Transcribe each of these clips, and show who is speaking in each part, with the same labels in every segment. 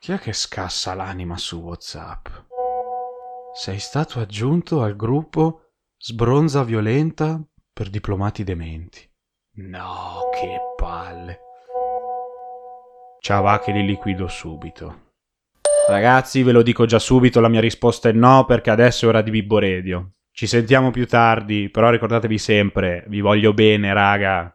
Speaker 1: Chi è che scassa l'anima su WhatsApp? Sei stato aggiunto al gruppo Sbronza Violenta per diplomati dementi. No, che palle. Ciao, va che li liquido subito. Ragazzi, ve lo dico già subito, la mia risposta è no perché adesso è ora di Bibbo Radio. Ci sentiamo più tardi, però ricordatevi sempre, vi voglio bene, raga.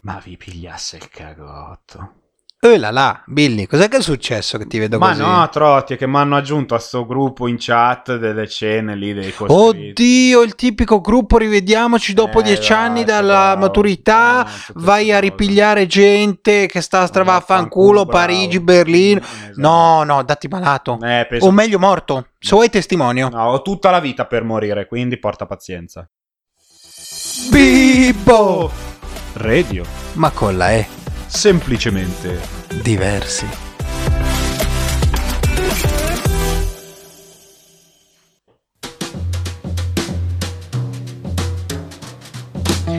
Speaker 1: Ma vi pigliasse il cagotto.
Speaker 2: E Eh, là là, Billy, cos'è che è successo che ti vedo
Speaker 1: Ma
Speaker 2: così?
Speaker 1: no, Trotti, è che mi hanno aggiunto a sto gruppo in chat delle cene lì dei costruiti.
Speaker 2: Oddio, il tipico gruppo rivediamoci dopo
Speaker 1: Eh,
Speaker 2: dieci
Speaker 1: là,
Speaker 2: anni
Speaker 1: sì,
Speaker 2: dalla
Speaker 1: bravo,
Speaker 2: maturità,
Speaker 1: bravo, tutte
Speaker 2: vai a
Speaker 1: cose.
Speaker 2: ripigliare gente che sta a
Speaker 1: Vaffanculo,
Speaker 2: stravaffanculo,
Speaker 1: bravo.
Speaker 2: Parigi, Berlino.
Speaker 1: Mm, esatto.
Speaker 2: No, no, datti malato.
Speaker 1: Eh, penso-
Speaker 2: O meglio morto, se vuoi testimonio.
Speaker 1: no, ho tutta la vita per morire, quindi porta pazienza.
Speaker 2: Bibbo!
Speaker 1: Radio,
Speaker 2: Ma eh. con la E,
Speaker 1: semplicemente.
Speaker 2: diversi.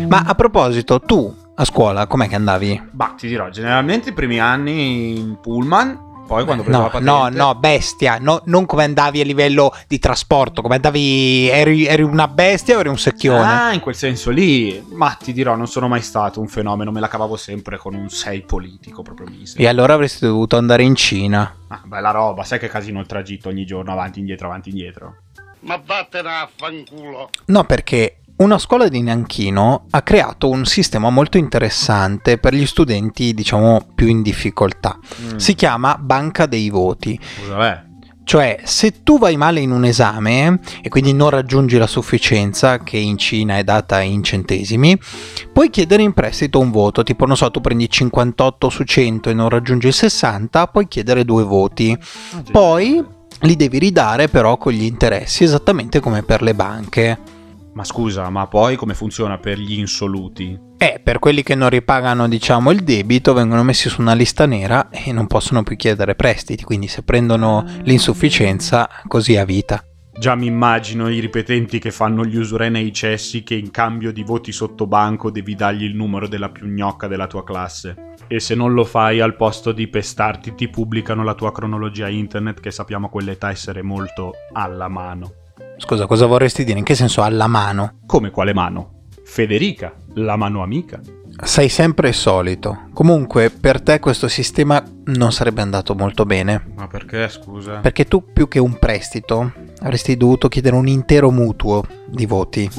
Speaker 2: Ma a proposito, tu a scuola com'è che andavi?
Speaker 1: Bah, ti dirò, generalmente i primi anni in pullman, poi quando preso
Speaker 2: No,
Speaker 1: la patente...
Speaker 2: no, no, bestia, no, non come andavi a livello di trasporto, come andavi, eri, eri una bestia o eri un secchione?
Speaker 1: Ah, in quel senso lì, ma ti dirò, non sono mai stato un fenomeno, me la cavavo sempre con un 6 politico proprio miseria.
Speaker 2: E allora avresti dovuto andare in Cina.
Speaker 1: Ah, bella roba, sai che casino il tragitto ogni giorno, avanti, indietro, avanti, indietro.
Speaker 3: Ma vattene a fanculo.
Speaker 2: No, perché una scuola di Nanchino ha creato un sistema molto interessante per gli studenti, diciamo, più in difficoltà.
Speaker 1: Mm.
Speaker 2: Si chiama banca dei voti.
Speaker 1: Vabbè.
Speaker 2: Cioè, se tu vai male in un esame e quindi non raggiungi la sufficienza, che in Cina è data in centesimi, puoi chiedere in prestito un voto. Tipo, non so, tu prendi 58 su 100 e non raggiungi il 60, puoi chiedere due voti.
Speaker 1: eh.
Speaker 2: Poi li devi ridare però con gli interessi, esattamente come per le banche.
Speaker 1: Ma scusa, ma poi come funziona per gli insoluti?
Speaker 2: Eh, per quelli che non ripagano, diciamo, il debito, vengono messi su una lista nera e non possono più chiedere prestiti, quindi se prendono l'insufficienza, così a vita.
Speaker 1: Già mi immagino i ripetenti che fanno gli usurai nei cessi che in cambio di voti sotto banco devi dargli il numero della più gnocca della tua classe. E se non lo fai, al posto di pestarti, ti pubblicano la tua cronologia internet che sappiamo a quell'età essere molto alla mano.
Speaker 2: Scusa, cosa vorresti dire? In che senso alla mano?
Speaker 1: Come quale mano? Federica, la mano amica.
Speaker 2: Sei sempre il solito. Comunque, per te questo sistema non sarebbe andato molto bene,
Speaker 1: Ma perché, scusa?
Speaker 2: perché tu più che un prestito avresti dovuto chiedere un intero mutuo di voti.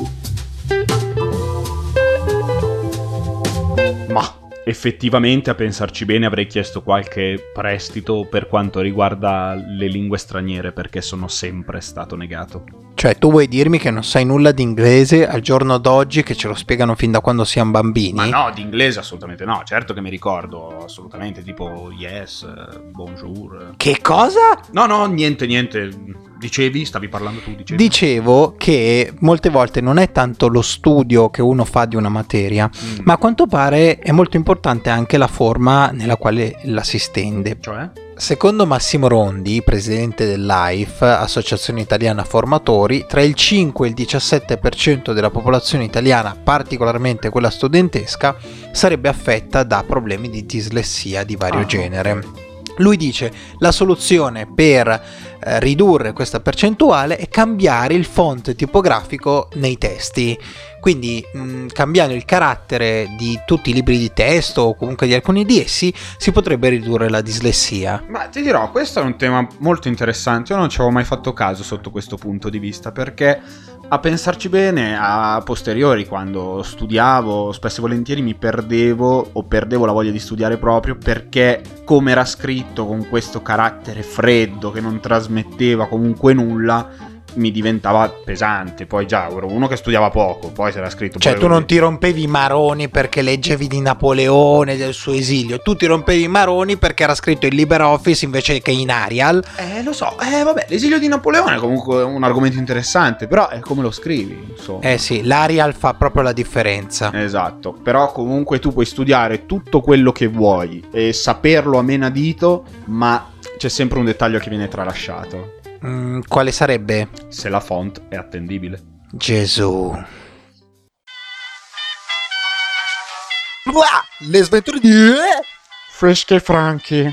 Speaker 1: Ma effettivamente a pensarci bene avrei chiesto qualche prestito per quanto riguarda le lingue straniere perché sono sempre stato negato.
Speaker 2: Cioè, tu vuoi dirmi che non sai nulla di inglese al giorno d'oggi che ce lo spiegano fin da quando siamo bambini?
Speaker 1: Ma no, di inglese assolutamente no, certo che mi ricordo, assolutamente tipo yes, eh, bonjour.
Speaker 2: Che cosa?
Speaker 1: No, no, niente, niente. Dicevi, stavi parlando tu, dicevi.
Speaker 2: Dicevo che molte volte non è tanto lo studio che uno fa di una materia,
Speaker 1: Mm.
Speaker 2: ma a quanto pare è molto importante anche la forma nella quale la si stende.
Speaker 1: Cioè?
Speaker 2: Secondo Massimo Rondi, presidente dell'AIF, Associazione Italiana Formatori, tra il 5 e il 17% della popolazione italiana, particolarmente quella studentesca, sarebbe affetta da problemi di dislessia di vario
Speaker 1: Ah,
Speaker 2: genere. Lui dice la soluzione per eh, ridurre questa percentuale è cambiare il font tipografico nei testi. Quindi mh, cambiando il carattere di tutti i libri di testo o comunque di alcuni di essi si potrebbe ridurre la dislessia.
Speaker 1: Ma ti dirò, questo è un tema molto interessante, io non ci avevo mai fatto caso sotto questo punto di vista, perché a pensarci bene, a posteriori, quando studiavo, spesso e volentieri mi perdevo o perdevo la voglia di studiare proprio perché come era scritto con questo carattere freddo che non trasmetteva comunque nulla, mi diventava pesante. Poi già ero uno che studiava poco, poi se era scritto...
Speaker 2: Cioè
Speaker 1: poi
Speaker 2: tu
Speaker 1: volevo
Speaker 2: non ti rompevi i maroni perché leggevi di Napoleone, del suo esilio, tu ti rompevi i maroni perché era scritto in LibreOffice invece che in Arial.
Speaker 1: Eh, lo so, eh, vabbè, l'esilio di Napoleone è comunque un argomento interessante, però è come lo scrivi, insomma.
Speaker 2: Eh sì, l'Arial fa proprio la differenza.
Speaker 1: Esatto, però comunque tu puoi studiare tutto quello che vuoi e saperlo a menadito, ma c'è sempre un dettaglio che viene tralasciato.
Speaker 2: Mm, quale sarebbe?
Speaker 1: Se la font è attendibile.
Speaker 2: Gesù. Le sventure di...
Speaker 4: Ah.
Speaker 1: Fresche franchi.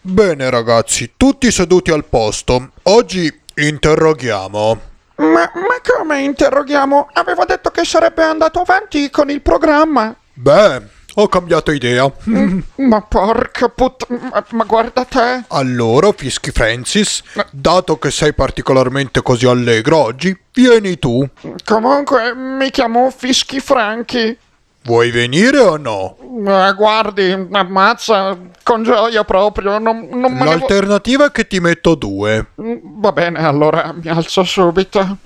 Speaker 5: Bene ragazzi, tutti seduti al posto. Oggi interroghiamo.
Speaker 4: Ma, ma come interroghiamo? Avevo detto che sarebbe andato avanti con il programma.
Speaker 5: Beh, ho cambiato idea.
Speaker 4: Mm. Ma porca puttana, ma, ma guarda te.
Speaker 5: Allora, Fischi Francis,
Speaker 4: Eh.
Speaker 5: dato che sei particolarmente così allegro oggi, vieni tu.
Speaker 4: Comunque mi chiamo Fischi Franchi.
Speaker 5: Vuoi venire o no?
Speaker 4: Eh, guardi, ammazza, con gioia proprio, non, non me ne vo- Mm,
Speaker 5: L'alternativa è che ti metto due.
Speaker 4: Va bene, allora mi alzo subito.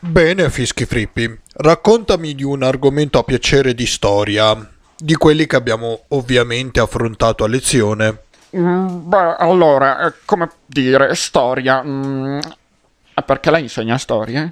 Speaker 5: Bene, Fischi Frippi, raccontami di un argomento a piacere di storia, di quelli che abbiamo ovviamente affrontato a lezione.
Speaker 4: Mm, beh, allora, eh, come dire, storia. mm, ah, perché lei insegna storia?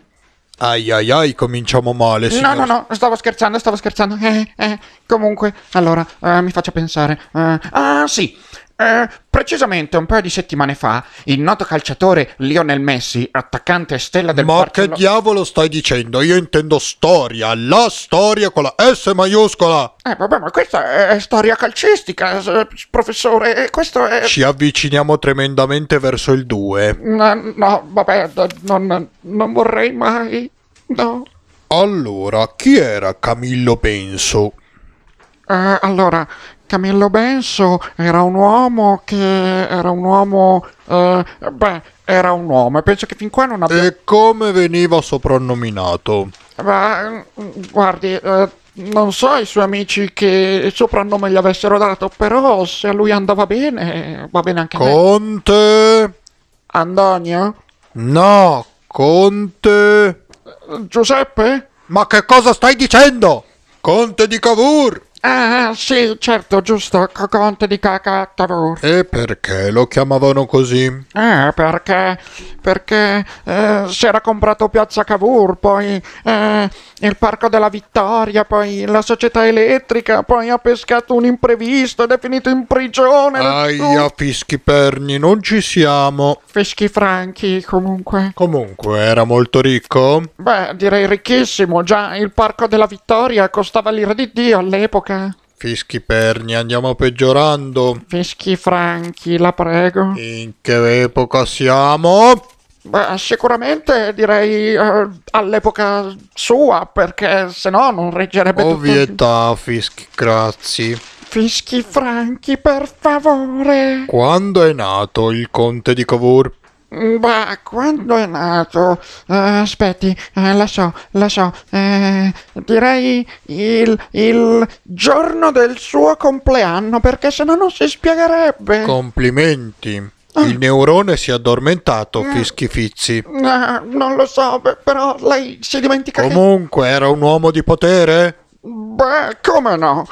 Speaker 5: Ai ai ai, cominciamo male,
Speaker 4: No,
Speaker 5: signor
Speaker 4: no, no, stavo scherzando, stavo scherzando. Eh, eh, comunque, allora, eh, mi faccia pensare. eh, ah, sì. eh, precisamente un paio di settimane fa, il noto calciatore Lionel Messi, attaccante stella del
Speaker 5: Ma che
Speaker 4: Barcello-
Speaker 5: diavolo stai dicendo? Io intendo storia, la storia con la S maiuscola.
Speaker 4: Eh, vabbè, ma questa è storia calcistica, s- professore. eh, Questo è.
Speaker 5: Ci avviciniamo tremendamente verso il 2.
Speaker 4: No, no, vabbè, d- non, non vorrei mai. No.
Speaker 5: Allora, chi era Camillo Benso?
Speaker 4: Eh, allora, Camillo Benso era un uomo che era un uomo. eh, beh, era un uomo. e Penso che fin qua non abbia.
Speaker 5: E come veniva soprannominato?
Speaker 4: Ma, mm, guardi, eh, non so i suoi amici che il soprannome gli avessero dato, però se a lui andava bene, va bene anche a me.
Speaker 5: Conte?
Speaker 4: Antonio?
Speaker 5: No, Conte.
Speaker 4: Giuseppe?
Speaker 5: Ma che cosa stai dicendo? Conte di Cavour!
Speaker 4: Ah, sì, certo, giusto, co- conte di caca Cavour.
Speaker 5: E perché lo chiamavano così?
Speaker 4: Eh, perché, perché eh, si era comprato Piazza Cavour, poi eh, il Parco della Vittoria, poi la società elettrica, poi ha pescato un imprevisto ed è finito in prigione. Uh,
Speaker 5: Aia, fischi perni, non ci siamo.
Speaker 4: Fischi franchi, comunque.
Speaker 5: Comunque, era molto ricco?
Speaker 4: Beh, direi ricchissimo, già il Parco della Vittoria costava l'ira di Dio all'epoca.
Speaker 5: Fischi perni, andiamo peggiorando.
Speaker 4: Fischi franchi, la prego.
Speaker 5: In che epoca siamo?
Speaker 4: Beh, sicuramente direi eh, all'epoca sua, perché se no non reggerebbe tutto.
Speaker 5: Ovvietà, fischi crazzi.
Speaker 4: Fischi franchi, per favore.
Speaker 5: Quando è nato il conte di Cavour?
Speaker 4: Beh, quando è nato? Eh, aspetti, eh, la so, la so. eh, direi il, il giorno del suo compleanno, perché se no non si spiegherebbe.
Speaker 5: Complimenti.
Speaker 4: Ah.
Speaker 5: Il neurone si è addormentato, fischi fizzi.
Speaker 4: Eh, non lo so, beh, però lei si dimentica che-
Speaker 5: Comunque, era un uomo di potere?
Speaker 4: Beh, come no?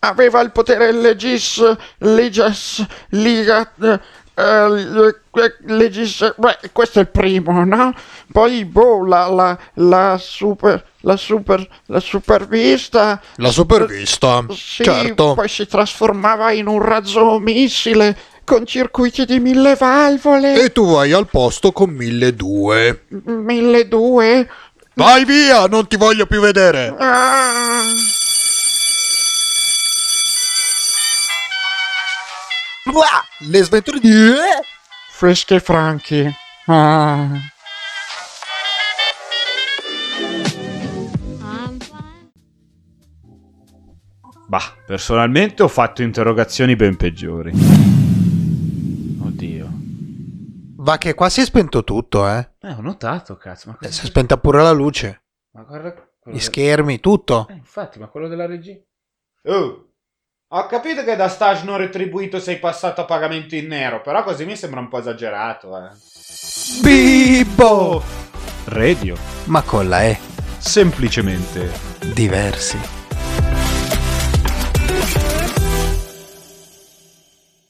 Speaker 4: Aveva il potere legis, legis, liga, eh, eh, le- que- legis, beh, questo è il primo, no? Poi, boh, la, la, la super, la super, la supervista,
Speaker 5: La supervista.
Speaker 4: Eh, sì,
Speaker 5: certo.
Speaker 4: poi si trasformava in un razzo missile con circuiti di mille valvole,
Speaker 5: E tu vai al posto con 1200.
Speaker 4: mille due,
Speaker 5: Vai via, non ti voglio più vedere.
Speaker 4: ah...
Speaker 5: Le sventure di...
Speaker 4: Freschi e franchi. Ah...
Speaker 6: Bah, personalmente ho fatto interrogazioni ben peggiori.
Speaker 1: Oddio.
Speaker 2: Va che qua si è spento tutto, eh.
Speaker 1: Eh, ho notato, cazzo. Ma,
Speaker 2: Eh,
Speaker 1: cosa-
Speaker 2: Si è spenta pure la luce,
Speaker 1: ma guarda... quello del-
Speaker 2: gli schermi, tutto.
Speaker 1: Eh, infatti, ma quello della regia...
Speaker 7: Oh, ho capito che da stage non retribuito sei passato a pagamento in nero, però così mi sembra un po' esagerato, eh.
Speaker 2: Bibbo!
Speaker 6: Radio,
Speaker 2: Oh, Ma con la E,
Speaker 6: semplicemente
Speaker 2: diversi.